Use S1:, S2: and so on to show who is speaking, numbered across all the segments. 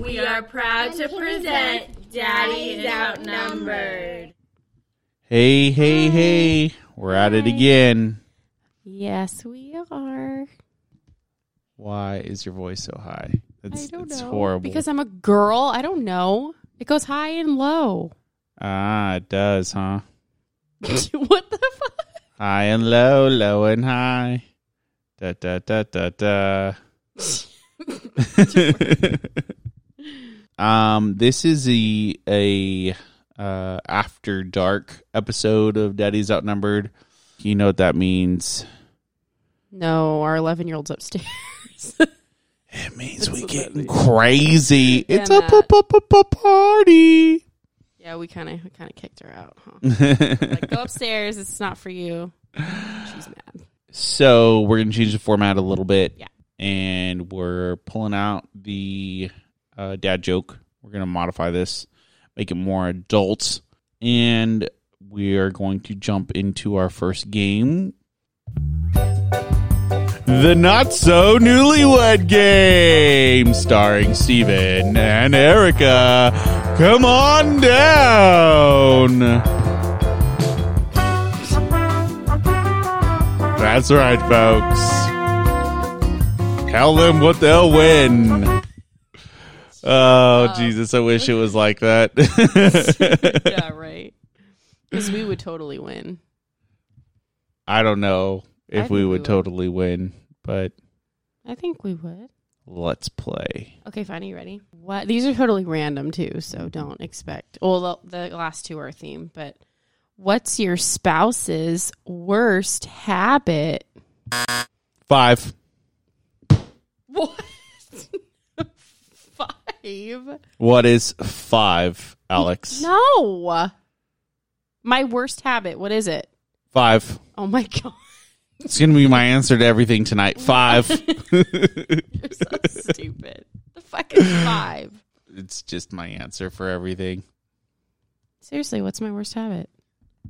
S1: We are proud to present Daddy's Outnumbered.
S2: Hey, hey, hey. We're at it again.
S3: Yes, we are.
S2: Why is your voice so high? It's,
S3: I don't
S2: it's
S3: know.
S2: horrible.
S3: Because I'm a girl. I don't know. It goes high and low.
S2: ah, it does, huh?
S3: what the fuck?
S2: High and low, low and high. Da da da da da. um, this is a a uh, after dark episode of Daddy's Outnumbered. You know what that means?
S3: No, our 11 year old's upstairs.
S2: It means
S3: That's
S2: we
S3: what that
S2: getting
S3: means.
S2: crazy. It's a
S3: And
S2: p-
S3: that.
S2: p- p- p- party.
S3: yeah, we kind of kind of kicked her out. Huh? like, go upstairs. It's not for you. She's mad.
S2: So we're gonna change the format a little bit.
S3: Yeah.
S2: And we're pulling out the uh, dad joke. We're gonna modify this, make it more adults, and we are going to jump into our first game. The Not So Newlywed Game, starring Steven and Erica. Come on down. That's right, folks. Tell them what they'll win. Oh, Jesus. I wish it was like that.
S3: yeah, right. Because we would totally win.
S2: I don't know
S3: I
S2: if
S3: think
S2: we
S3: we
S2: would
S3: would.
S2: totally win, but
S3: I think we would.
S2: let's play.
S3: Okay, fine. Are you ready? What? These are totally random too, so don't expect. Well, the, the last two are theme, but what's your spouse's worst habit?
S2: Five.
S3: What? Five?
S2: What is five, Alex?
S3: No. My worst habit. What is it?
S2: Five.
S3: Oh my god!
S2: It's going to be my answer to everything tonight. Five.
S3: You're so stupid. The fuck is five?
S2: it's just my answer for everything.
S3: Seriously, what's my worst habit?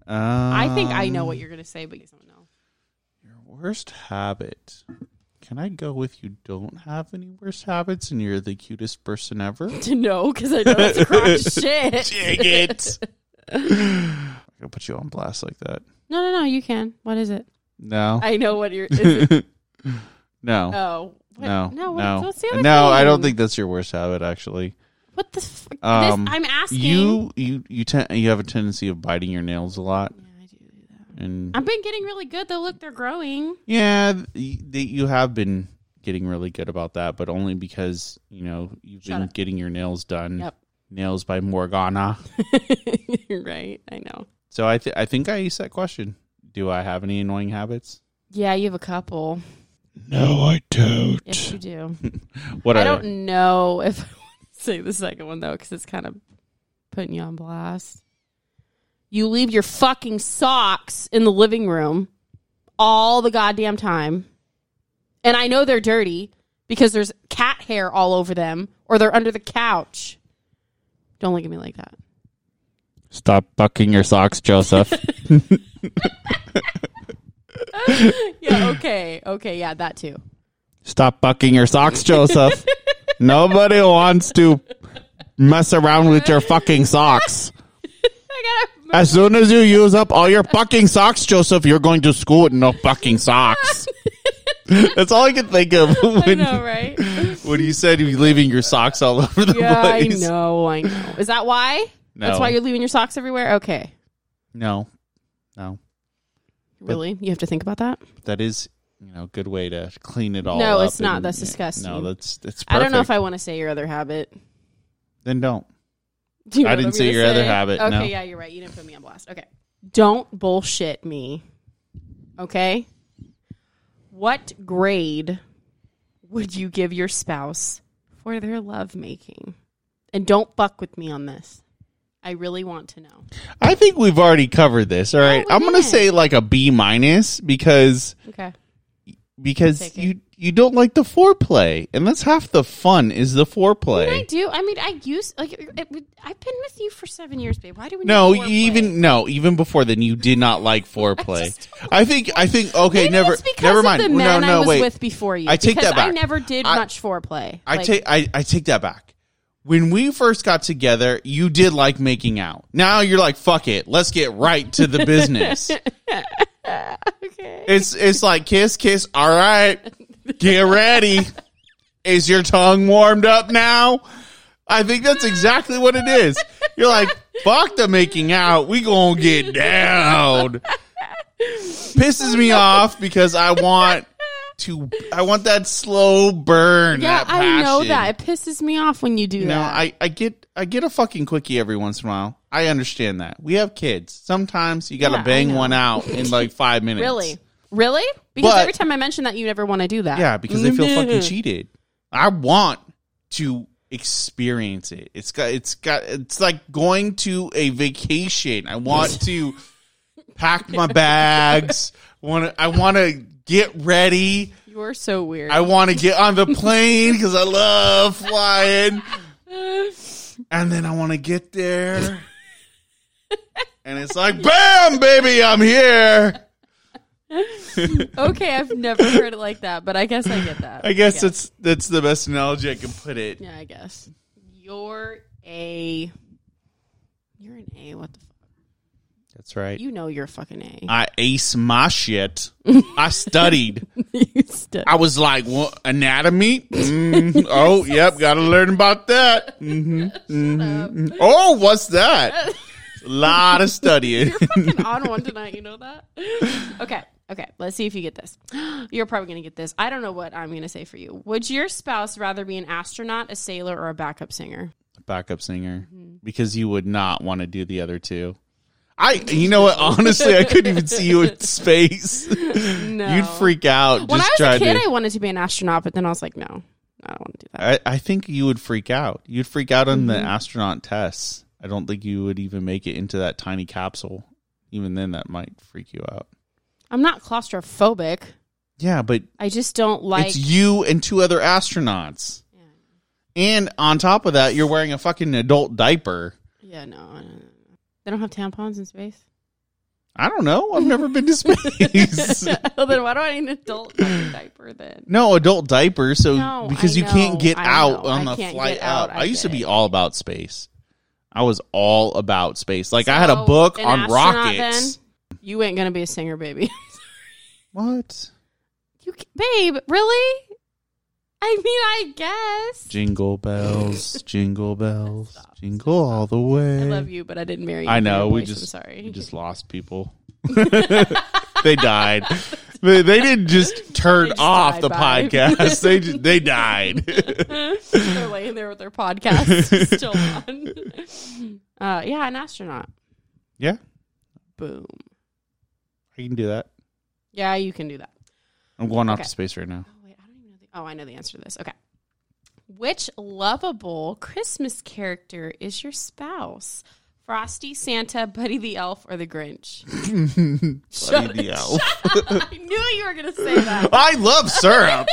S2: Um,
S3: I think I know what you're gonna say, but you don't know.
S2: Your Um, worst habit. Can I go with you don't have any worst habits and you're the cutest person ever?
S3: To know because I know that's crock shit.
S2: Dang it. I'm gonna put you on blast like that.
S3: No, no, no. You can. What is it?
S2: No.
S3: I know what you're. Is it,
S2: no.
S3: oh, what,
S2: no.
S3: no,
S2: No.
S3: what,
S2: No.
S3: What's the other
S2: No, I don't
S3: thing?
S2: think that's your worst habit actually.
S3: What the? F- this,
S2: Um,
S3: I'm asking.
S2: You you you ten- you have a tendency of biting your nails a lot
S3: Yeah, I do do that.
S2: and
S3: I've been getting really good though. Look, they're growing.
S2: yeah, th- y- you have been getting really good about that, but only because, you know, you've
S3: Shut
S2: been
S3: up.
S2: getting your nails done.
S3: Yep.
S2: Nails by Morgana.
S3: right. I know.
S2: So I th- I think I asked that question. Do I have any annoying habits?
S3: Yeah, you have a couple.
S2: No, I don't.
S3: Yes, you do.
S2: What
S3: I
S2: are
S3: don't
S2: they?
S3: know if I want to say the second one though, because it's kind of putting you on blast. You leave your fucking socks in the living room all the goddamn time, and I know they're dirty because there's cat hair all over them, or they're under the couch. Don't look at me like that.
S2: Stop bucking your socks, Joseph.
S3: Yeah. Okay. Okay. Yeah. That too.
S2: Stop bucking your socks, Joseph. Nobody wants to mess around with your fucking socks.
S3: I gotta.
S2: As soon as you use up all your fucking socks, Joseph, you're going to school with no fucking socks. That's all I could think of
S3: I
S2: when,
S3: know, right?
S2: when you said you were leaving your socks all over the
S3: Yeah, I
S2: place.
S3: know, I know. Is that why? That's
S2: No.
S3: why you're leaving your socks everywhere? Okay.
S2: No, no.
S3: Really? You have to think about that?
S2: that is you know a good way to clean it all
S3: No,
S2: up
S3: it's not. That's disgusting.
S2: no that's that's perfect.
S3: I don't know if I want to say your other habit.
S2: then don't
S3: Do you know
S2: I
S3: what
S2: didn't
S3: I'm
S2: say
S3: gonna
S2: your other habit,
S3: Okay,
S2: no.
S3: yeah, you're right. You didn't put me on blast. Okay. Don't bullshit me. Okay? What grade would you give your spouse for their love making? And don't buck with me on this. I really want to know.
S2: i think we've already covered this all right
S3: Oh, we
S2: i'm gonna
S3: did.
S2: say like a b minus because
S3: Okay.
S2: because
S3: Take it.
S2: you you don't like the foreplay and that's half the fun is the
S3: I
S2: foreplay
S3: do. I mean, I use like it, would- I've been with you for seven years, babe. Why do we?
S2: no
S3: need foreplay?
S2: even no even before then you did not like foreplay i,
S3: just
S2: think i think okay
S3: Maybe
S2: never
S3: it's because
S2: never
S3: of
S2: mind
S3: the
S2: no
S3: men
S2: no
S3: I was
S2: wait
S3: with before you.
S2: I take
S3: because
S2: that back.
S3: I never did
S2: I-
S3: much foreplay.
S2: I
S3: Like,
S2: take I, I take that back. when we first got together, you did like making out. Now you're like, fuck it, let's get right to the business.
S3: Okay.
S2: it's it's like kiss, kiss. All right, get ready. Is your tongue warmed up now? I think that's exactly what it is. You're like, fuck the making out. We gonna get down. Pisses me off because I want to. I want that slow burn.
S3: Yeah,
S2: that
S3: I know
S2: passion.
S3: that. It pisses me off when you do
S2: No,
S3: that.
S2: I, I get I get a fucking quickie every once in a while. I understand that. We have kids. Sometimes you gotta
S3: Yeah, I
S2: bang
S3: know.
S2: one out in like five minutes.
S3: really? Really? Because
S2: But-
S3: every time I mention that, you never want to do that.
S2: Yeah, because they feel fucking
S3: Mhm.
S2: cheated. I want to experience it. It's got it's got it's like going to a vacation. I want to pack my bags. Want I want to get ready.
S3: You are so weird.
S2: I want to get on the plane because I love flying. And then I want to get there. And it's like, bam, baby, I'm here.
S3: okay, I've never heard it like that, but I guess I get that.
S2: I guess that's that's the best analogy I can put it.
S3: Yeah, I guess. You're a. You're an A. What the fuck?
S2: That's right.
S3: You know you're a fucking A.
S2: I ace my shit. I studied.
S3: You stu-
S2: I was like, "What, anatomy? Mm, oh, yep, got to learn about that. hmm Oh, what's that? A lot of studying.
S3: you're fucking on one tonight. You know that? Okay. Okay. Let's see if you get this. You're probably going to get this. I don't know what I'm going to say for you. Would your spouse rather be an astronaut, a sailor, or a backup singer?
S2: Backup singer,
S3: Mm-hmm.
S2: because you would not want to do the other two. I, you know what? Honestly, I couldn't even see you in space.
S3: No.
S2: You'd freak out.
S3: When
S2: just
S3: I was
S2: trying
S3: a kid,
S2: to.
S3: I wanted to be an astronaut, but then I was like, no, I don't want to do that.
S2: I, I think you would freak out. You'd freak out on the astronaut tests. I don't think you would even make it into that tiny capsule. Even then, that might freak you out.
S3: I'm not claustrophobic.
S2: Yeah, but
S3: I just don't like.
S2: it's you and two other astronauts. And on top of that, you're wearing a fucking adult diaper.
S3: Yeah, no, no, no, no. They don't have tampons in space.
S2: I don't know. I've never been to space.
S3: well, then why do I need an adult fucking diaper then?
S2: No, adult diaper. So
S3: No,
S2: because
S3: I
S2: you can't
S3: know,
S2: get
S3: I
S2: out
S3: know,
S2: on
S3: I
S2: the
S3: can't
S2: flight
S3: get out,
S2: out.
S3: I
S2: I, used to
S3: get
S2: be
S3: it.
S2: all about space. I was all about space. Like I had a
S3: So,
S2: book
S3: an
S2: on
S3: astronaut
S2: rockets.
S3: then? You ain't gonna be a singer, baby.
S2: What?
S3: you, ca- babe, really? I mean, I guess.
S2: Jingle bells, jingle bells, jingle all the way.
S3: I love you, but I didn't marry you.
S2: I
S3: for
S2: know.
S3: your
S2: We
S3: voice,
S2: just
S3: I'm sorry.
S2: We just lost people. they died. They, they didn't just turn
S3: They just
S2: off
S3: died
S2: the
S3: by.
S2: podcast. they just, they died.
S3: They're laying there with their podcast still on. Uh, yeah, an astronaut.
S2: yeah,
S3: Boom.
S2: I can do that.
S3: Yeah, you can do that.
S2: I'm going off
S3: Okay.
S2: to space right now.
S3: Oh wait, I don't even know. The, oh, I know the answer to this. Okay. Which lovable Christmas character is your spouse? Frosty, Santa, Buddy the Elf, or the Grinch?
S2: Buddy the Elf.
S3: I knew you were gonna say that.
S2: I love syrup.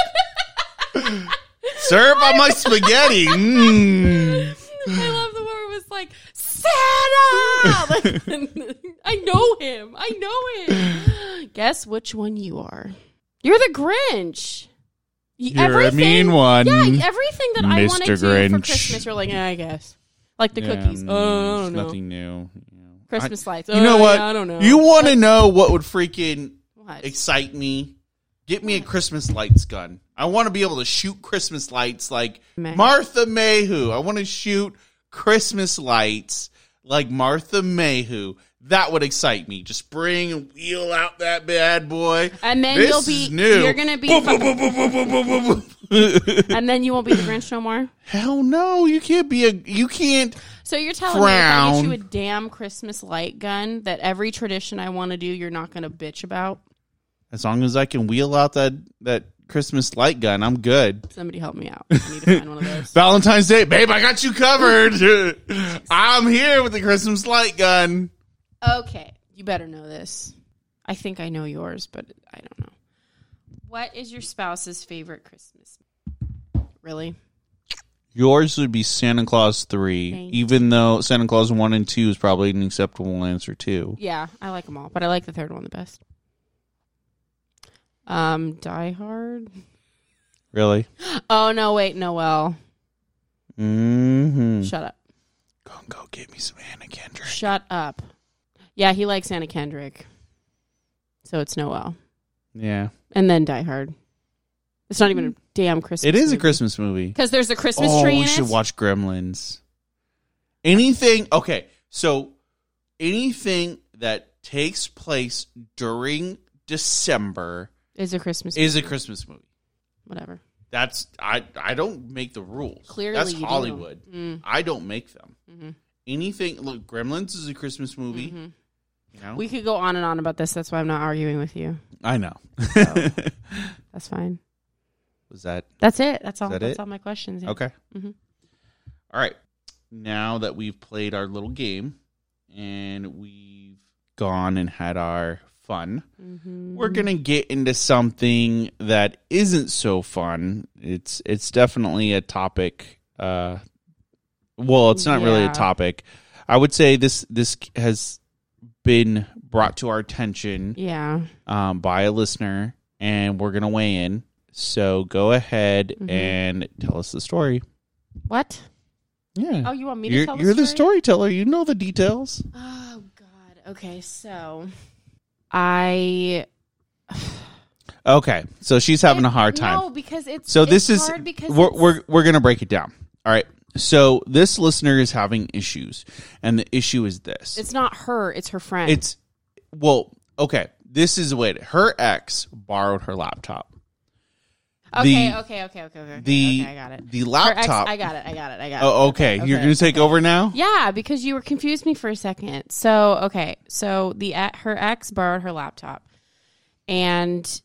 S2: syrup on my spaghetti. Mm.
S3: I love the one where it was like Santa. Like, I know him. I know him. Guess which one you are. You're the Grinch. Y-
S2: You're a mean one.
S3: Yeah, everything that I want to
S2: Mr.
S3: do for
S2: Grinch.
S3: Christmas, you're like, eh, I guess. Like the
S2: Yeah,
S3: cookies.
S2: mm,
S3: Oh, I don't
S2: it's
S3: know.
S2: Nothing new. you know.
S3: Christmas lights.
S2: I- you know
S3: Oh,
S2: what?
S3: yeah, I don't know.
S2: You want to know what would freaking
S3: What?
S2: excite me. Get me a Christmas lights gun. I want to be able to shoot Christmas lights like
S3: May.
S2: Martha Mayhew. I want to shoot Christmas lights like Martha Mayhew. That would excite me. Just bring and wheel out that bad boy.
S3: And then
S2: This
S3: you'll
S2: is
S3: be-
S2: new.
S3: you're gonna be-
S2: Boom, boom, boom, boom, boom, boom, boom, boom, boom.
S3: and then you won't be the Grinch no more.
S2: Hell no! You can't be a. You can't.
S3: So you're telling me if I get
S2: Frown.
S3: you a damn Christmas light gun that every tradition I want to do, you're not going to bitch about?
S2: As long as I can wheel out that that Christmas light gun, I'm good.
S3: Somebody help me out. I need to find one of those.
S2: Valentine's Day, babe, I got you covered. I'm here with the Christmas light gun.
S3: Okay, you better know this. I think I know yours, but I don't know. What is your spouse's favorite Christmas? Really?
S2: Yours would be Santa Claus 3,
S3: Thank
S2: even though Santa Claus 1 and 2 is probably an acceptable answer, too.
S3: Yeah, I like them all, but I like the third one the best. Um, Die Hard.
S2: Really?
S3: Oh no, wait, Noel.
S2: Mm hmm. Give me some Anna Kendrick.
S3: Shut up. Yeah, he likes Anna Kendrick. So it's Noel.
S2: Yeah,
S3: And then Die Hard. It's not even a damn Christmas.
S2: Hmm. it is a Christmas movie.
S3: Because there's a Christmas
S2: oh,
S3: tree
S2: we
S3: in
S2: should
S3: it.
S2: watch Gremlins. Anything? Okay, so anything that takes place during December
S3: It's a Christmas
S2: is a Christmas movie.
S3: Whatever.
S2: That's I. I don't make the rules.
S3: Clearly
S2: that's
S3: you do.
S2: Hollywood.
S3: Mm.
S2: I don't make them.
S3: Mhm.
S2: Anything. Look, Gremlins is a Christmas movie.
S3: Mhm.
S2: You know,
S3: We could go on and on about this. That's why I'm not arguing with you.
S2: I know.
S3: That's fine.
S2: Was that
S3: That's it. That's all.
S2: Is that
S3: that's
S2: it?
S3: all my questions. yeah.
S2: okay?
S3: Mhm.
S2: All right. Now that we've played our little game and we've gone and had our fun,
S3: Mhm.
S2: we're gonna get into something that isn't so fun. It's it's definitely a topic. Uh, well, it's not really a
S3: Yeah.
S2: topic. I would say this this has been brought to our attention
S3: Yeah.
S2: um, by a listener, and we're gonna weigh in. So go ahead
S3: Mhm.
S2: and tell us the story.
S3: What?
S2: Yeah,
S3: Oh, you want me to
S2: you're,
S3: tell
S2: you're the storyteller. You know the details.
S3: Oh God. Okay, so I
S2: Okay, so she's having a hard time.
S3: No, because it's
S2: So
S3: it's
S2: this is
S3: hard because
S2: we're
S3: it's-
S2: we're, we're going to break it down. All right. So this listener is having issues, and the issue is this:
S3: it's not her, it's her friend.
S2: it's well, okay. This is what her ex borrowed her laptop.
S3: okay,
S2: the-
S3: okay, okay, okay, okay.
S2: The
S3: okay, I got it.
S2: the
S3: Her ex-
S2: laptop.
S3: I got it. I got it. I got it.
S2: Oh, okay. You're
S3: okay,
S2: going to take over now.
S3: Yeah, because you were confused me for a second. So okay, so the e- her ex borrowed her laptop, and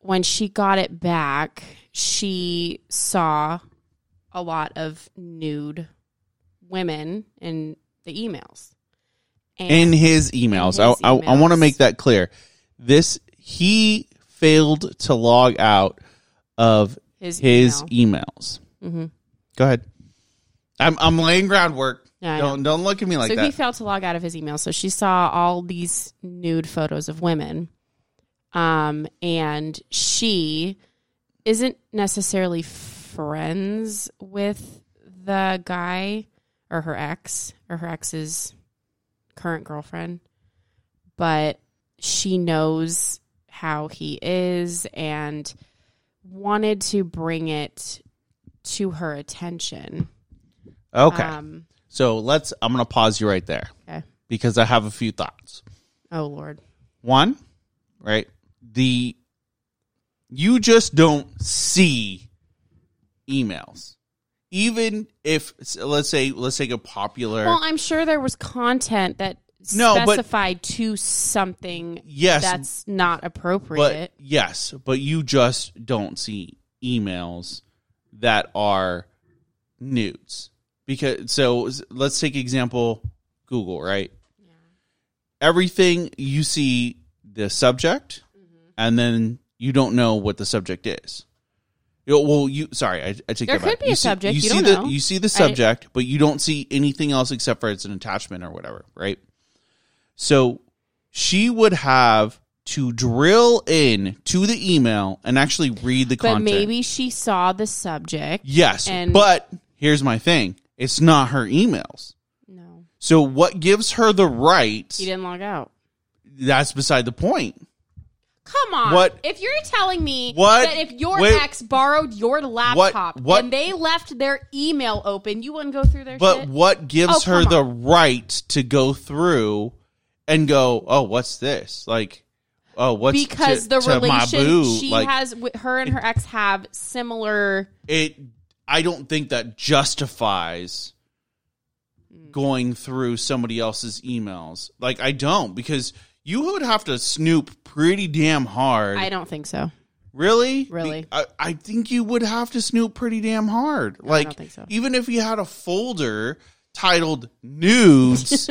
S3: when she got it back, she saw a lot of nude women in the emails.
S2: In his emails,
S3: In his
S2: I I, I want to
S3: emails.
S2: make that clear. This he failed to log out of
S3: his
S2: his e-
S3: email.
S2: emails.
S3: Mhm.
S2: Go ahead. I'm I'm laying groundwork.
S3: Yeah, I know.
S2: don't don't look at me like
S3: so he
S2: that.
S3: failed to log out of his email. So she saw all these nude photos of women. Um, and she isn't necessarily friends with the guy or her ex or her ex's current girlfriend, but she knows how he is and wanted to bring it to her attention.
S2: okay.
S3: Um,
S2: so let's I'm going to pause you right there.
S3: Okay.
S2: Because I have a few thoughts.
S3: oh Lord.
S2: One, right? The you just don't see emails. Even if so let's say let's take a popular
S3: Well, I'm sure there was content that
S2: No, but-
S3: specified to something
S2: yes,
S3: that's not
S2: but
S3: appropriate.
S2: yes, but you just don't see emails that are nudes because so s- let's take example Google right. Everything you see the subject,
S3: Mm-hmm.
S2: and then you don't know what the subject is. You know, well, you sorry, I, I take
S3: There
S2: that back.
S3: could be
S2: You
S3: a subject, you
S2: see
S3: don't
S2: the
S3: know.
S2: you see the subject, but you don't see anything else except for it's an attachment or whatever, right? So she would have to drill in to the email and actually read the
S3: But,
S2: content.
S3: maybe she saw the subject.
S2: yes,
S3: and-
S2: but here's my thing: it's not her emails.
S3: No,
S2: So what gives her the right?
S3: he didn't log out.
S2: That's beside the point.
S3: Come on.
S2: What-
S3: If you're telling me
S2: What-
S3: that if your
S2: wait-
S3: ex borrowed your laptop
S2: what-
S3: and they left their email open, you wouldn't go through their
S2: But
S3: shit?
S2: what gives
S3: Oh, come
S2: her
S3: on.
S2: the right to go through and go, oh, what's this? Like, oh, what's
S3: because
S2: to-
S3: the
S2: to my
S3: relation
S2: boo?"
S3: she
S2: like,
S3: has with her and her ex have similar
S2: It, I don't think that justifies going through somebody else's emails. Like, I don't because you would have to snoop pretty damn hard.
S3: I don't think so.
S2: Really?
S3: Really.
S2: Be- I, I think you would have to snoop pretty damn hard. Like,
S3: think so.
S2: even if you had a folder titled nudes,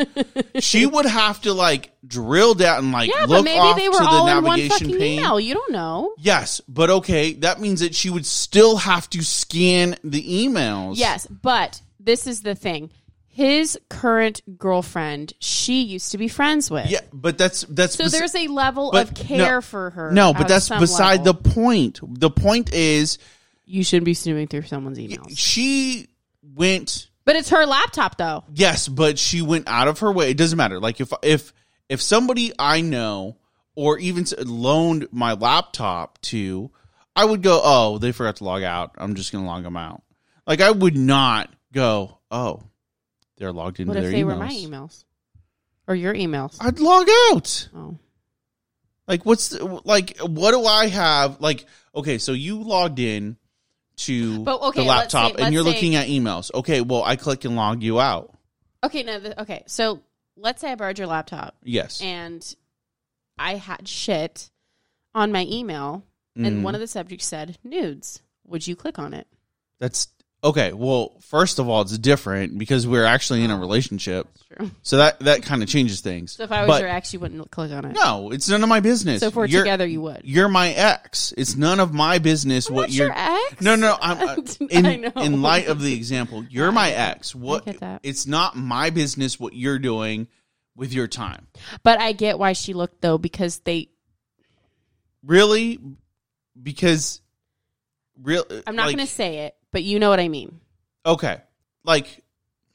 S2: she would have to like drill down and like
S3: Yeah,
S2: look
S3: but maybe
S2: off
S3: they were
S2: to
S3: all
S2: the
S3: in one
S2: navigation
S3: fucking
S2: pane.
S3: email. You don't know.
S2: Yes, but okay, that means that she would still have to scan the emails.
S3: Yes, but this is the thing. His current girlfriend, she used to be friends with.
S2: Yeah, but that's that's
S3: So
S2: bes-
S3: there's a level
S2: but
S3: of
S2: no-
S3: care for her.
S2: no, but that's beside the point. The point is
S3: You shouldn't be snooping through someone's emails.
S2: she went
S3: But it's her laptop though.
S2: Yes, but she went out of her way. It doesn't matter. Like if if if somebody I know or even s- loaned my laptop to, I would go, "Oh, they forgot to log out. I'm just going to log them out." Like I would not go, "Oh, they're logged into
S3: What
S2: their
S3: if they
S2: emails."
S3: were my emails or your emails?
S2: I'd log out.
S3: oh,
S2: Like what's the, like what do I have? Like okay, so you logged in to
S3: But, okay,
S2: the
S3: let's say-
S2: laptop
S3: let's
S2: and you're
S3: say-
S2: looking at emails. Okay, well, I click and log you out.
S3: okay. No, the, okay. So let's say I borrowed your laptop
S2: Yes.
S3: and I had shit on my email,
S2: Mm.
S3: and one of the subjects said nudes. Would you click on it?
S2: That's okay. Well, first of all, it's different because we're actually in a relationship,
S3: That's true.
S2: so that that kind of changes things.
S3: Oh. So if I was
S2: But
S3: your ex, you wouldn't click on it.
S2: no, it's none of my business.
S3: so if we're
S2: you're,
S3: together, you would.
S2: you're my ex. It's none of my business
S3: I'm
S2: what
S3: not
S2: you're.
S3: your ex.
S2: No, no, I'm, uh, in,
S3: I know.
S2: in light of the example, you're my ex. What?
S3: get that.
S2: It's not my business what you're doing with your time.
S3: But I get why she looked though because they.
S2: Really, because real.
S3: I'm not
S2: like,
S3: going to say it, but you know what I mean.
S2: Okay, like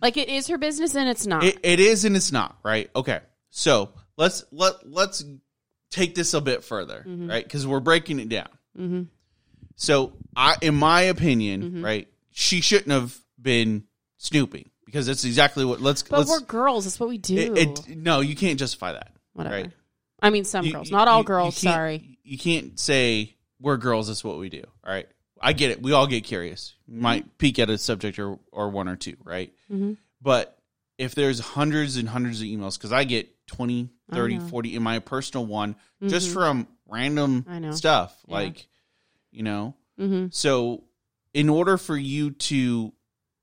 S3: Like it is her business and it's not.
S2: It, it is and it's not, right? Okay. So let's let let's take this a bit further, right? Because we're breaking it down.
S3: mm-hmm.
S2: So I, in my opinion, right, she shouldn't have been snooping because that's exactly what. Let's
S3: But
S2: let's.
S3: we're girls. That's what we do.
S2: it, it- no, you can't justify that.
S3: Whatever.
S2: Right?
S3: I mean, some
S2: You-
S3: girls,
S2: you-
S3: not all
S2: you- you
S3: girls.
S2: can't-
S3: sorry.
S2: you can't say we're girls. That's what we do. All right. I get it. We all get curious. You Might
S3: Mm-hmm.
S2: peek at a subject or or one or two, right?
S3: Mhm.
S2: But if there's hundreds and hundreds of emails because i get 20
S3: I
S2: 30
S3: know.
S2: 40 in my personal one just
S3: Mhm.
S2: from random
S3: I know.
S2: stuff
S3: Yeah.
S2: like you know
S3: Mm-hmm.
S2: so in order for you to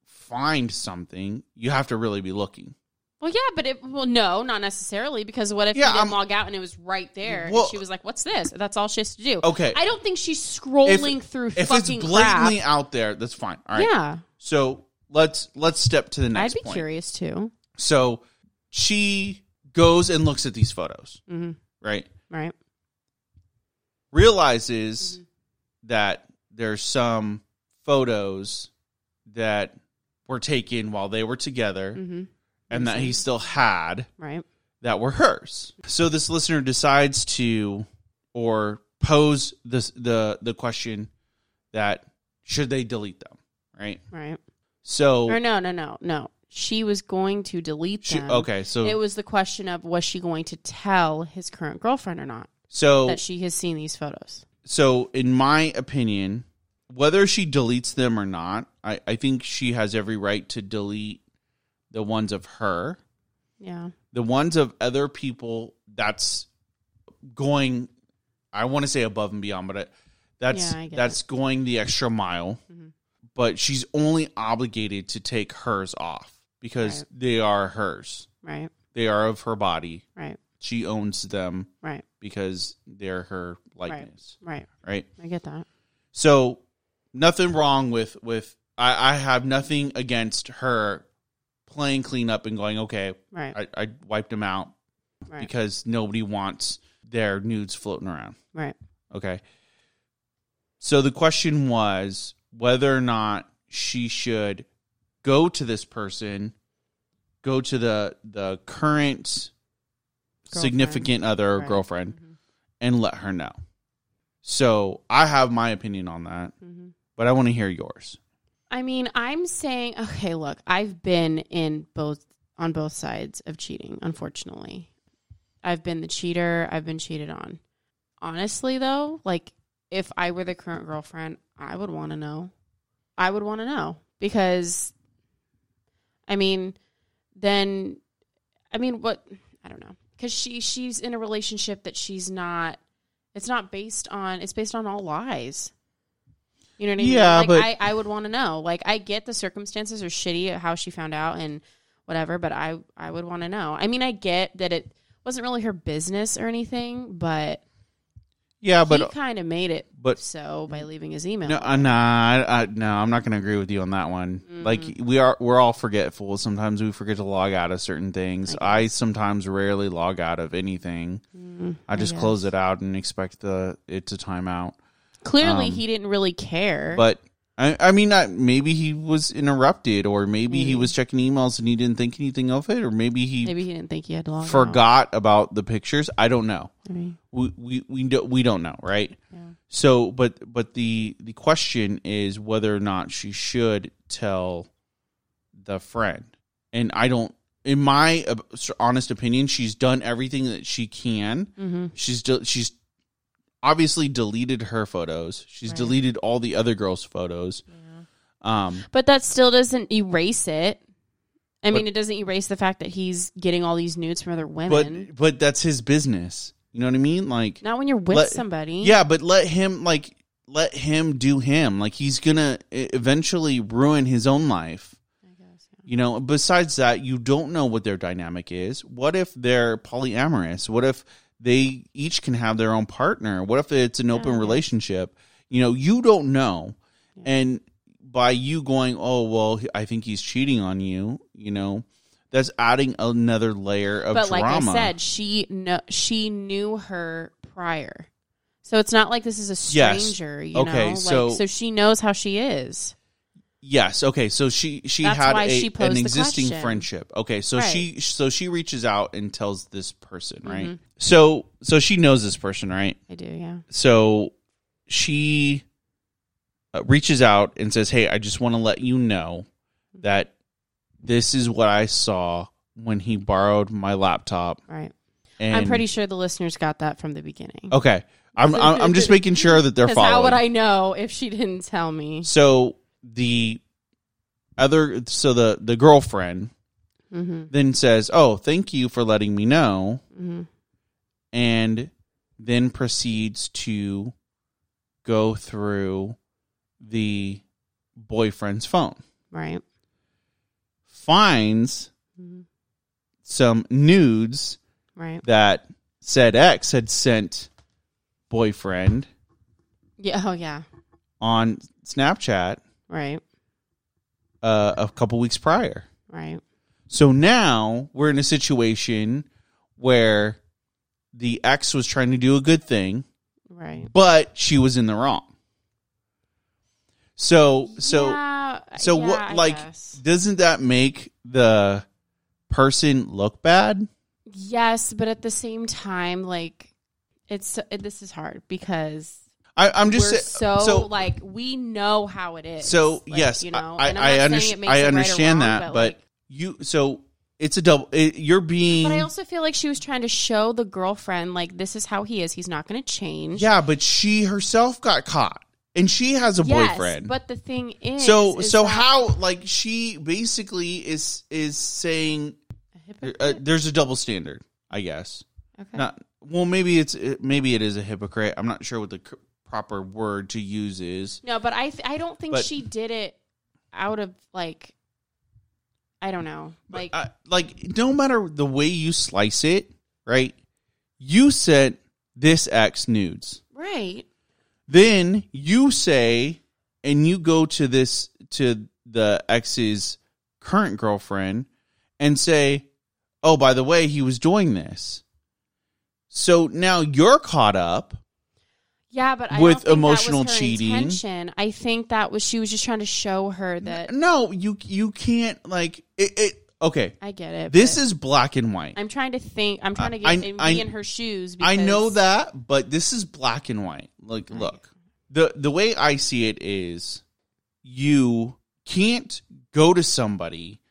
S2: find something you have to really be looking
S3: Well, yeah, but it. Well, no, not necessarily. Because what if
S2: Yeah,
S3: you didn't
S2: I'm-
S3: log out and it was right there?
S2: Well-
S3: and she was like, "What's this?" That's all she has to do.
S2: okay
S3: I don't think she's scrolling through
S2: if it's
S3: fucking
S2: blatantly
S3: crap.
S2: out there that's fine all right
S3: Yeah,
S2: so let's let's step to the
S3: I'd
S2: next
S3: be
S2: point.
S3: curious too.
S2: so she goes and looks at these photos
S3: Mm-hmm.
S2: right
S3: Right.
S2: realizes
S3: Mm-hmm.
S2: that there's some photos that were taken while they were together
S3: Mm-hmm.
S2: and that he still had
S3: Right.
S2: that were hers. So this listener decides to or pose this the the question that should they delete them, right?
S3: Right. Or
S2: So
S3: no, no, no, no. She was going to delete
S2: she,
S3: them.
S2: okay, so
S3: It was the question of was she going to tell his current girlfriend or not
S2: so
S3: that she has seen these photos.
S2: so in my opinion, whether she deletes them or not, I, I think she has every right to delete the ones of her.
S3: Yeah.
S2: The ones of other people that's going I want to say above and beyond, but I, that's
S3: Yeah, I get Mm-hmm.
S2: that's going the extra mile. But she's only obligated to take hers off because
S3: Right.
S2: they are hers.
S3: Right.
S2: They are of her body.
S3: Right.
S2: She owns them
S3: Right.
S2: because they're her likeness,
S3: Right.
S2: right?
S3: I get that.
S2: So nothing wrong with with I, I have nothing against her playing cleanup and going, okay,
S3: Right.
S2: I, I wiped them out
S3: right.
S2: because nobody wants their nudes floating around.
S3: right.
S2: Okay. So the question was whether or not she should go to this person, go to the the current
S3: Girlfriend.
S2: significant other or
S3: Right.
S2: girlfriend
S3: Mhm.
S2: and let her know. So I have my opinion on that,
S3: Mhm.
S2: but I want to hear yours.
S3: I mean, I'm saying, okay, look, I've been in both on both sides of cheating, unfortunately. I've been the cheater, I've been cheated on. Honestly though, like if I were the current girlfriend, I would want to know. I would want to know because I mean, then I mean, what I don't know. Cuz she she's in a relationship that she's not it's not based on it's based on all lies. You know what I mean?
S2: Yeah,
S3: like
S2: but-
S3: I I would want to know. Like I get the circumstances are shitty how she found out and whatever, but I I would want to know. I mean, I get that it wasn't really her business or anything, but
S2: Yeah, but
S3: he kind of made it
S2: but-
S3: so by leaving his email.
S2: no, uh, nah, I, I- no, I'm not going to agree with you on that one.
S3: Mm-hmm.
S2: Like we are, we're all forgetful. Sometimes we forget to log out of certain things. I, sometimes rarely log out of anything.
S3: Mm,
S2: I just
S3: guess.
S2: close it out and expect the it to time out.
S3: Clearly,
S2: um,
S3: he didn't really care.
S2: But I, I mean, I, maybe he was interrupted, or maybe he was checking emails and he didn't think anything of it, or maybe he
S3: Mm. Maybe he didn't think he had long.
S2: forgot about the pictures. I don't know.
S3: I mean,
S2: We we we, do, we don't know, right?
S3: Yeah.
S2: So, but but the the question is whether or not she should tell the friend. And I don't, in my uh, honest opinion, she's done everything that she can.
S3: mm-hmm.
S2: She's del- she's obviously deleted her photos. She's
S3: Right.
S2: deleted all the other girls' photos. Um,
S3: But that still doesn't erase it. I mean,
S2: But-
S3: it doesn't erase the fact that he's getting all these nudes from other women.
S2: but but that's his business. You know what I mean? Like,
S3: Not when you're with
S2: Let-
S3: somebody.
S2: yeah, but let him like let him do him. Like he's gonna e- eventually ruin his own life.
S3: I guess, yeah.
S2: You know. Besides that, you don't know what their dynamic is. What if they're polyamorous? What if they each can have their own partner? What if it's an open
S3: Yeah.
S2: relationship? You know, you don't know,
S3: Yeah.
S2: and by you going, oh well, he- I think he's cheating on you. You know, that's adding another layer of
S3: But like
S2: drama.
S3: I said, she no, she knew her prior, so it's not like this is a
S2: Yes.
S3: stranger. You
S2: Okay,
S3: know, like,
S2: so-
S3: so she knows how she is.
S2: Yes. Okay. So she she
S3: That's
S2: had
S3: why
S2: a,
S3: she posed
S2: an
S3: the
S2: existing
S3: question.
S2: friendship. Okay. So
S3: Right.
S2: she so she reaches out and tells this person, right?
S3: Mm-hmm.
S2: So so she knows this person, right?
S3: I do, yeah.
S2: So she uh, reaches out and says, "Hey, I just want to let you know that this is what I saw when he borrowed my laptop."
S3: Right.
S2: And
S3: I'm pretty sure the listeners got that from the beginning.
S2: okay. I'm I'm I'm just making sure that they're
S3: Because
S2: following.
S3: how would I know if she didn't tell me?
S2: So the other so the the girlfriend
S3: Mm-hmm.
S2: then says, "Oh, thank you for letting me know,"
S3: Mm-hmm.
S2: and then proceeds to go through the boyfriend's phone,
S3: Right.
S2: finds
S3: hmm
S2: some nudes
S3: Right.
S2: that said ex had sent boyfriend
S3: Yeah. Oh, yeah.
S2: on Snapchat
S3: Right.
S2: uh, a couple weeks prior.
S3: Right.
S2: So now we're in a situation where the ex was trying to do a good thing
S3: Right.
S2: but she was in the wrong. So so
S3: Yeah,
S2: so
S3: yeah,
S2: what
S3: I
S2: like
S3: guess.
S2: doesn't that make the person look bad?
S3: yes, but at the same time, like it's this is hard because
S2: I, I'm just
S3: we're
S2: sa-
S3: so, like we know how it is.
S2: so
S3: Like,
S2: yes,
S3: you know.
S2: I
S3: and I'm
S2: I,
S3: not saying it
S2: understand
S3: makes it
S2: I
S3: right or
S2: understand
S3: wrong,
S2: that, but,
S3: like,
S2: you so it's a double. It, you're being
S3: But I also feel like she was trying to show the girlfriend, like, this is how he is. He's not going to change.
S2: yeah, but she herself got caught, and she has a
S3: Yes,
S2: boyfriend.
S3: But the thing is,
S2: so
S3: is
S2: so
S3: that
S2: how like she basically is is saying
S3: a
S2: uh,
S3: hypocrite?
S2: there's a double standard, I guess.
S3: okay.
S2: not well maybe it's it- maybe it is a hypocrite i'm not sure what the c- proper word to use is
S3: no, but I th- I don't think
S2: But-
S3: she did it out of like I don't know, like
S2: I, uh, like no matter the way you slice it right you said this ex nudes
S3: right,
S2: then you say and you go to this to the ex's current girlfriend and say oh by the way he was doing this so now you're caught up
S3: yeah. But I
S2: With
S3: don't think
S2: emotional
S3: that was her
S2: cheating.
S3: intention. I think that was she was just trying to show her that
S2: no you you can't like it, it okay
S3: I get it.
S2: This
S3: but
S2: is black and white.
S3: I'm trying to think. I'm trying to get
S2: I-
S3: in,
S2: I-
S3: be in her shoes. Because,
S2: I know that, but this is black and white. Like,
S3: Right.
S2: look, the the way I see it is, you can't go to somebody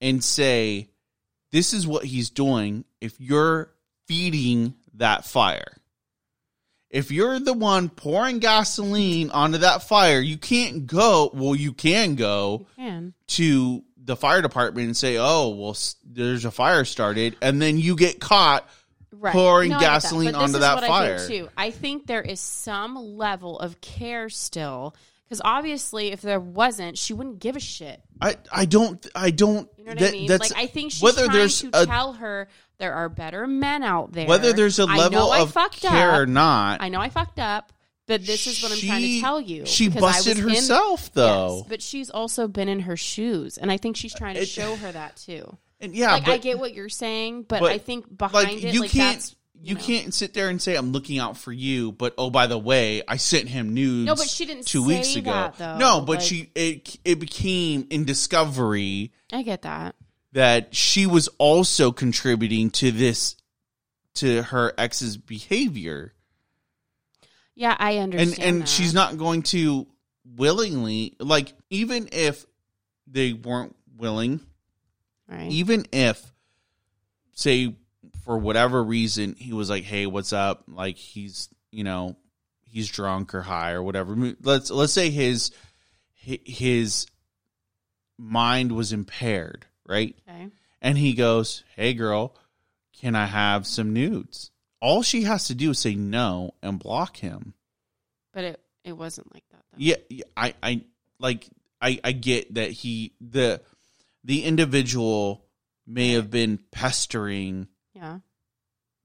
S2: and say, "This is what he's doing." If you're feeding that fire, if you're the one pouring gasoline onto that fire, you can't go. Well, you can go
S3: You can.
S2: to the fire department and say, "Oh, well, s- there's a fire started," and then you get caught.
S3: Right.
S2: pouring
S3: No, I get that,
S2: gasoline
S3: but this
S2: onto
S3: is
S2: that
S3: what I
S2: fire.
S3: think too. I think there is some level of care still, because obviously, if there wasn't, she wouldn't give a shit.
S2: I, I don't I don't
S3: You know what I
S2: that-
S3: mean?
S2: that's
S3: Like I think she's
S2: whether
S3: trying
S2: there's
S3: to
S2: a-
S3: tell her there are better men out there.
S2: whether there's a
S3: I
S2: level
S3: know I
S2: of
S3: fucked
S2: care or
S3: Up.
S2: not.
S3: I know I fucked up, but this is what I'm trying to
S2: she-
S3: tell you.
S2: She
S3: because I
S2: busted
S3: was in-
S2: herself though.
S3: Yes, but she's also been in her shoes, and I think she's trying to
S2: It-
S3: show her that too.
S2: and yeah,
S3: like
S2: but
S3: I get what you're saying, but,
S2: but,
S3: I think behind
S2: like
S3: it,
S2: you
S3: like
S2: can't
S3: that's
S2: you can't sit there and say I'm looking out for you, but oh by the way, I sent him news.
S3: No, but she didn't
S2: two
S3: say
S2: weeks ago.
S3: that, though.
S2: No, but
S3: Like-
S2: she it it became in discovery
S3: I get that.
S2: that she was also contributing to this to her ex's behavior,
S3: Yeah, I
S2: and
S3: understand.
S2: and
S3: that.
S2: she's not going to willingly like even if they weren't willing
S3: right.
S2: even if say for whatever reason he was like hey what's up like he's you know he's drunk or high or whatever Mo- let's let's say his hi- his mind was impaired right
S3: okay.
S2: and he goes hey girl can i have some nudes all she has to do is say no and block him
S3: But it it wasn't like that. Though.
S2: yeah, yeah, I, I like I, I get that he the the individual may have been pestering
S3: Yeah.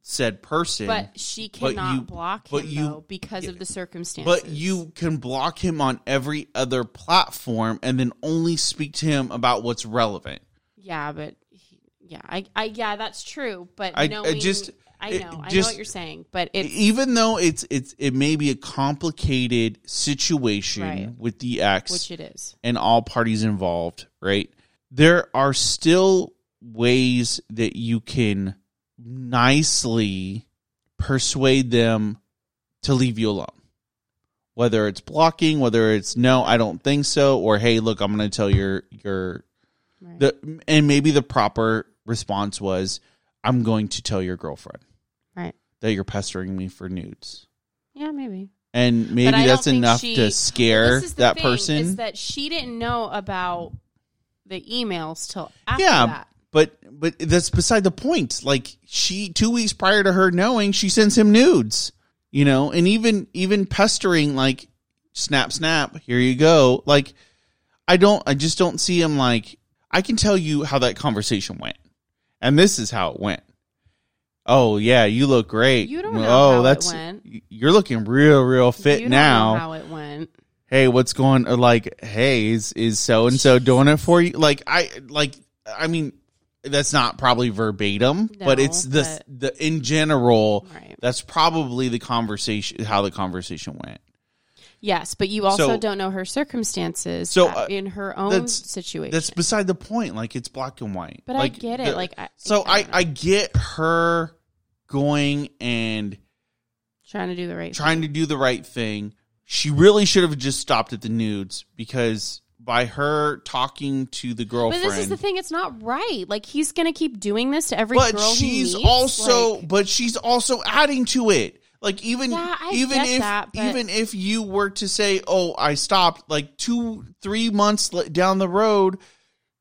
S2: said person,
S3: But she
S2: But
S3: cannot
S2: you-
S3: block
S2: but
S3: him
S2: you-
S3: though because of the circumstances.
S2: but you can block him on every other platform and then only speak to him about what's relevant.
S3: Yeah, but he, yeah, I, I yeah, that's true. But
S2: I- I
S3: knowing,
S2: just-
S3: I
S2: it
S3: know, I know
S2: just-
S3: what you're saying, but it
S2: Even though it's it's it may be a complicated situation
S3: Right.
S2: with the ex,
S3: which it is.
S2: and all parties involved, right? There are still ways that you can nicely persuade them to leave you alone. Whether it's blocking, whether it's no, I don't think so, or hey, look, I'm going to tell your your
S3: Right.
S2: the and maybe the proper response was I'm going to tell your girlfriend
S3: right.
S2: that you're pestering me for nudes.
S3: Yeah, maybe.
S2: And maybe
S3: I don't
S2: that's
S3: think
S2: enough
S3: she-
S2: to scare
S3: This is the
S2: that
S3: thing,
S2: person.
S3: is that she didn't know about the emails till after
S2: yeah,
S3: that.
S2: but but that's beside the point. Like she two weeks prior to her knowing, she sends him nudes, you know, and even even pestering like snap snap, here you go. Like I don't, I just don't see him like. I can tell you how that conversation went, and this is how it went. Oh yeah, you look great.
S3: You don't know
S2: oh,
S3: how it
S2: that's
S3: went.
S2: you're looking real, real fit
S3: you don't
S2: now
S3: know how it went.
S2: hey what's going or like hey is is so and so doing it for you like i like i mean that's not probably verbatim but
S3: No,
S2: it's the the in general
S3: Right.
S2: that's probably the conversation how the conversation went
S3: Yes, but you also
S2: So-
S3: don't know her circumstances
S2: So,
S3: so,
S2: uh,
S3: in her own
S2: that's-
S3: situation.
S2: that's beside the point like it's black and white
S3: but
S2: like,
S3: I get it.
S2: the-
S3: like I,
S2: so
S3: I,
S2: i
S3: don't know.
S2: i get her going and
S3: trying to do the right
S2: trying to do the right thing. She really should have just stopped at the nudes because by her talking to the
S3: But
S2: girlfriend,
S3: this is the thing; it's not right. Like he's gonna keep doing this to every
S2: but
S3: girl he
S2: she's
S3: meets,
S2: also
S3: like-
S2: but she's also adding to it like even
S3: Yeah, I
S2: even
S3: get
S2: if
S3: that, but-
S2: even if you were to say oh i stopped like two three months le- down the road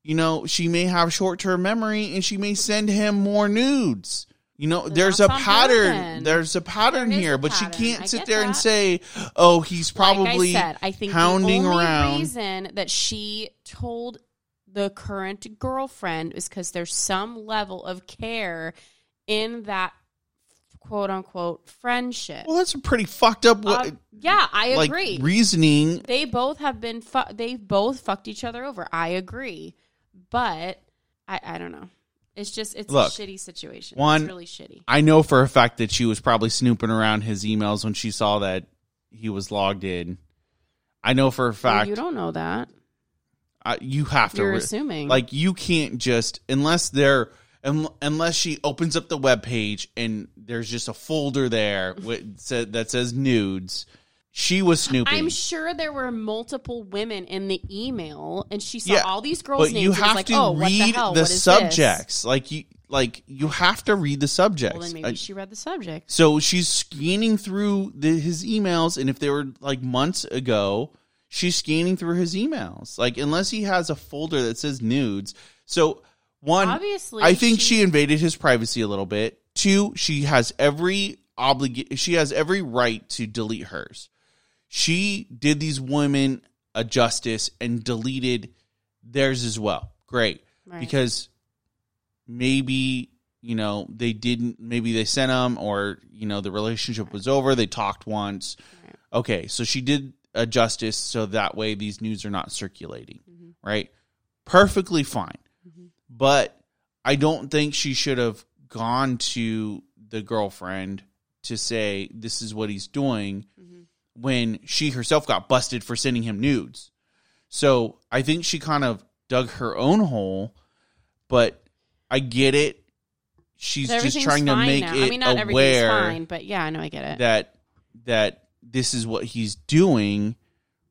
S2: you know she may have short-term memory and she may send him more nudes you know there's a
S3: that's on her
S2: pattern
S3: then.
S2: there's a pattern
S3: There is
S2: here
S3: a
S2: but
S3: pattern.
S2: she can't
S3: I
S2: sit
S3: get
S2: there and
S3: that.
S2: say oh he's probably
S3: like I said, I think
S2: hounding
S3: the only
S2: around
S3: reason that she told the current girlfriend is because there's some level of care in that quote unquote friendship.
S2: well that's a pretty fucked up wa-
S3: Uh, yeah, I
S2: like
S3: agree.
S2: reasoning
S3: they both have been fu- they both fucked each other over. I agree, but I, I don't know. It's just it's
S2: Look,
S3: a shitty situation.
S2: one-
S3: it's really shitty.
S2: I know for a fact that she was probably snooping around his emails when she saw that he was logged in. I know for a
S3: Well,
S2: fact
S3: you
S2: you,
S3: don't know that.
S2: I, you have to
S3: You're
S2: re-
S3: assuming.
S2: like you can't just unless they're un, unless she opens up the web page and there's just a folder there with, sa- that says nudes. She was snooping.
S3: I'm sure there were multiple women in the email, and she saw
S2: Yeah,
S3: all these girls'
S2: but
S3: names.
S2: you
S3: and was
S2: have
S3: like,
S2: to
S3: oh, what the,
S2: read
S3: hell?
S2: the
S3: What is This?
S2: subjects. Like you like you have to read the subjects.
S3: Well, then maybe
S2: I-
S3: she read the subject.
S2: So she's scanning through the, his emails, and if they were like months ago, she's scanning through his emails. Like unless he has a folder that says nudes. So one,
S3: Obviously,
S2: I think
S3: she-
S2: she invaded his privacy a little bit. Two, she has every oblig she has every right to delete hers. She did these women a justice and deleted theirs as well. Great.
S3: Right.
S2: Because maybe you know they didn't maybe they sent them or you know the relationship was over they talked once
S3: Right.
S2: okay so she did a justice so that way these news are not circulating
S3: Mhm.
S2: right perfectly fine
S3: Mhm.
S2: but i don't think she should have gone to the girlfriend to say this is what he's doing
S3: Mm-hmm.
S2: when she herself got busted for sending him nudes. So I think she kind of dug her own hole, but I get it. She's just
S3: Everything's
S2: trying to
S3: fine
S2: make
S3: now.
S2: it
S3: I mean, not
S2: aware
S3: everything's fine, but yeah, I know I get it.
S2: that that this is what he's doing,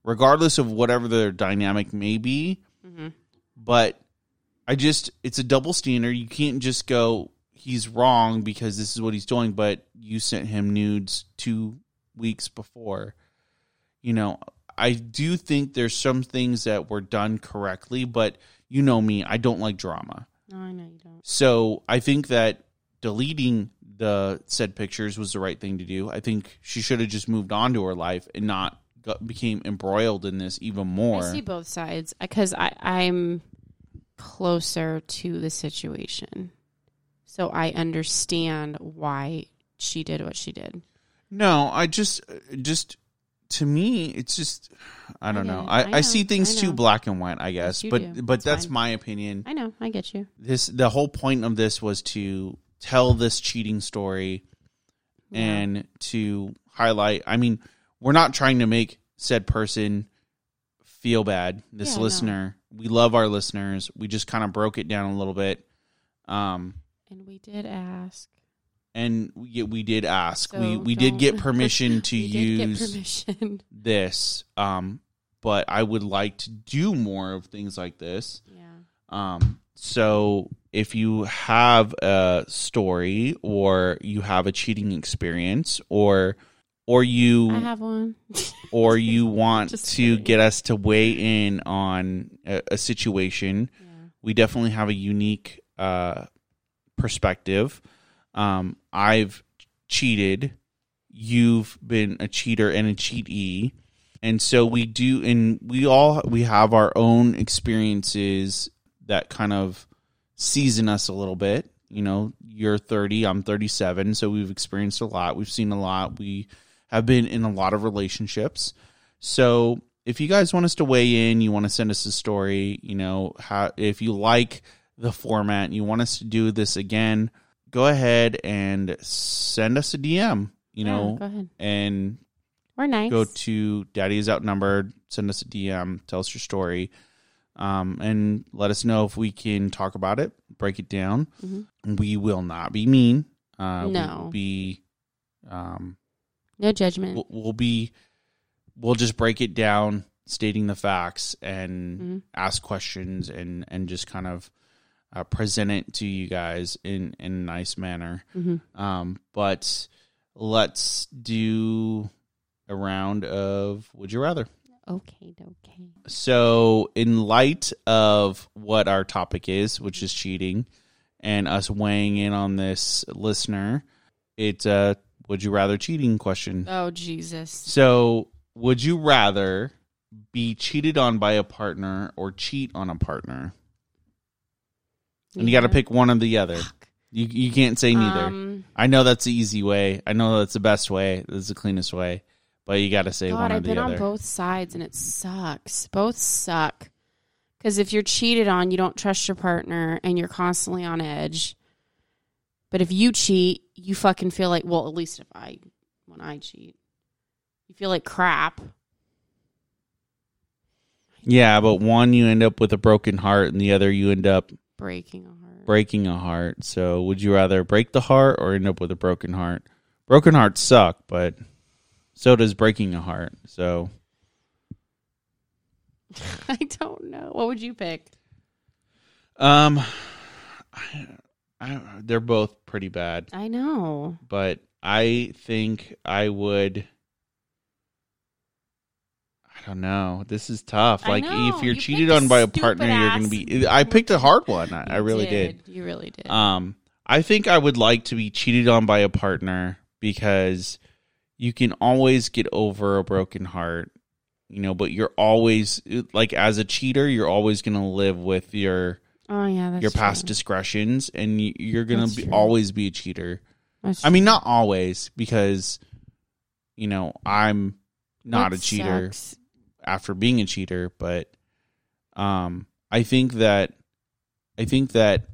S2: regardless of whatever their dynamic may be.
S3: Mhm.
S2: But I just it's a double standard. You can't just go he's wrong because this is what he's doing, but you sent him nudes two weeks before. You know, I do think there's some things that were done correctly, but you know me, I don't like drama.
S3: no, I know you don't.
S2: So I think that deleting the said pictures was the right thing to do. I think she should have just moved on to her life and not got, became embroiled in this even more.
S3: I see both sides because I I'm closer to the situation, so I understand why she did what she did.
S2: No, I just, uh, just to me, it's just, I don't
S3: get
S2: know.
S3: it.
S2: I,
S3: I
S2: I, see
S3: know.
S2: things
S3: I
S2: too
S3: know.
S2: black and white, I guess.
S3: you
S2: but
S3: do.
S2: but
S3: It's
S2: that's
S3: fine.
S2: my opinion.
S3: I know, I get you.
S2: This the whole point of this was to tell this cheating story and to highlight. I mean, we're not trying to make said person feel bad.
S3: Yeah,
S2: This
S3: I know.
S2: listener, we love our listeners. We just kind of broke it down a little bit, um,
S3: And we did ask.
S2: and we, we did ask. we
S3: So
S2: we did
S3: don't-
S2: get permission to
S3: we
S2: use
S3: did get permission.
S2: this, um, but I would like to do more of things like this.
S3: yeah.
S2: Um, so if you have a story or you have a cheating experience or or you
S3: I have one.
S2: or you want
S3: Just
S2: to
S3: kidding.
S2: get us to weigh in on a, a situation, we definitely have a unique uh, perspective. Um, I've cheated. You've been a cheater and a cheatee. And so we do, and we all we have our own experiences that kind of season us a little bit. You know, you're 30, I'm 37, so we've experienced a lot. We've seen a lot. We have been in a lot of relationships. So, if you guys want us to weigh in, you want to send us a story, you know, how if you like the format, and you want us to do this again, go ahead and send us a DM, you know,
S3: go ahead.
S2: and
S3: We're nice.
S2: go to daddy is outnumbered send us a dm tell us your story um, and let us know if we can talk about it break it down
S3: Mhm.
S2: we will not be mean uh,
S3: No.
S2: we'll be um,
S3: no judgment.
S2: we'll, we'll be we'll just break it down stating the facts and
S3: Mhm.
S2: ask questions and and just kind of uh, present it to you guys in in a nice manner
S3: Mhm.
S2: um, but let's do a round of would you rather
S3: Okay, okay.
S2: so in light of what our topic is which is cheating and us weighing in on this listener it's a would you rather cheating question
S3: Oh Jesus.
S2: so, would you rather be cheated on by a partner or cheat on a partner? And you got to pick one or the other. You you can't say neither.
S3: Um,
S2: I know that's the easy way. I know that's the best way. That's the cleanest way. But you got to say
S3: God,
S2: one or
S3: I've
S2: the
S3: been on
S2: other.
S3: both sides and it sucks. Both suck. Because if you're cheated on, you don't trust your partner and you're constantly on edge. But if you cheat, you fucking feel like, well, at least if I, when I cheat, you feel like crap.
S2: Yeah, but one you end up with a broken heart, and the other you end up
S3: Breaking a heart.
S2: breaking a heart. So, would you rather break the heart or end up with a broken heart? Broken hearts suck, but so does breaking a heart. So,
S3: I don't know. What would you pick?
S2: Um, I, I, they're both pretty bad,
S3: I know.
S2: but I think I would. I don't know. This is tough.
S3: I
S2: Like,
S3: know.
S2: if you're
S3: You
S2: cheated
S3: picked a
S2: on by a
S3: stupid
S2: partner, you're going to
S3: ass-
S2: be. I picked a hard one. I, I really did.
S3: You really did.
S2: Um, I think I would like to be cheated on by a partner because you can always get over a broken heart, you know. But you're always like, as a cheater, you're always going to live with your
S3: oh yeah, that's
S2: your past
S3: true.
S2: discretions and y- you're gonna
S3: That's
S2: be,
S3: true.
S2: always be a cheater
S3: That's
S2: i mean not always because you know i'm
S3: true.
S2: not
S3: That
S2: a cheater
S3: sucks.
S2: after being a cheater but um i think that i think that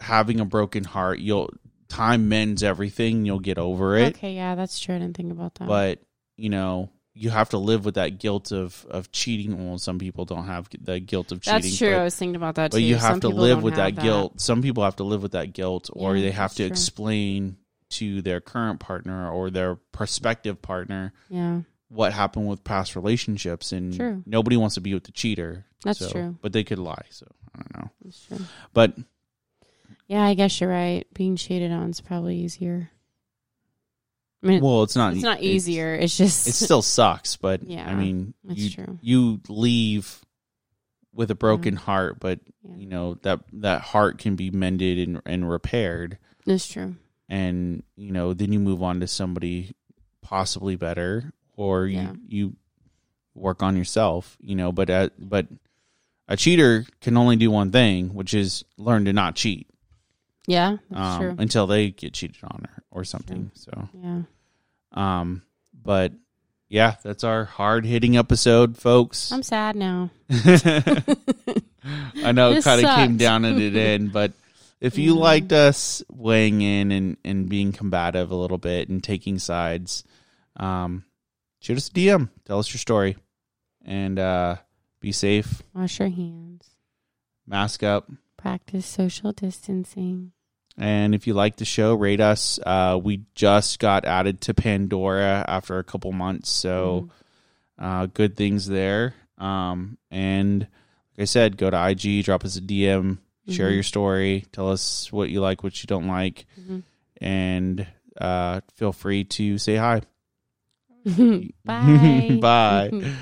S2: having a broken heart, you'll time mends everything. You'll get over it.
S3: Okay, yeah, that's true. I didn't think about that.
S2: But you know, you have to live with that guilt of of cheating. Well, some people don't have the guilt of cheating.
S3: that's true. I
S2: But,
S3: was thinking about that
S2: but
S3: too.
S2: you have
S3: Some
S2: to
S3: people
S2: live
S3: don't
S2: with that,
S3: have
S2: guilt. Some people have to live with that guilt, or
S3: Yeah,
S2: they have
S3: that's
S2: to
S3: true.
S2: explain to their current partner or their prospective partner
S3: Yeah,
S2: what happened with past relationships. And
S3: True.
S2: nobody wants to be with the cheater.
S3: That's
S2: So-
S3: true.
S2: But they could lie. So I don't know.
S3: that's true.
S2: But
S3: Yeah, I guess you're right. Being cheated on is probably easier. I mean,
S2: well, it's not. e-,
S3: it's not
S2: it's-
S3: easier. It's just
S2: it still sucks, but
S3: Yeah,
S2: I mean,
S3: that's
S2: you
S3: true.
S2: you leave with a broken heart, but
S3: Yeah.
S2: you know that that heart can be mended and, and repaired,
S3: That's true.
S2: and you know then you move on to somebody possibly better, or you
S3: Yeah.
S2: you work on yourself, you know. But uh but a cheater can only do one thing, which is learn to not cheat
S3: Yeah, that's
S2: um,
S3: true.
S2: until they get cheated on or, or something. So.
S3: Yeah.
S2: Um, but yeah, that's our hard hitting episode, folks.
S3: I'm sad now.
S2: I know it
S3: This
S2: kind of came
S3: sucked.
S2: down at an end, but if you liked us weighing in and, and being combative a little bit and taking sides, um, shoot us a DM. Tell us your story. And uh, be safe,
S3: Wash your hands.
S2: mask up.
S3: Practice social distancing.
S2: And if you like the show, rate us. Uh, we just got added to Pandora after a couple months, so uh, good things there. Um, and like I said, go to IG, drop us a DM, share
S3: Mhm.
S2: your story, tell us what you like, what you don't like,
S3: Mhm.
S2: and uh, feel free to say hi.
S3: Bye.
S2: Bye.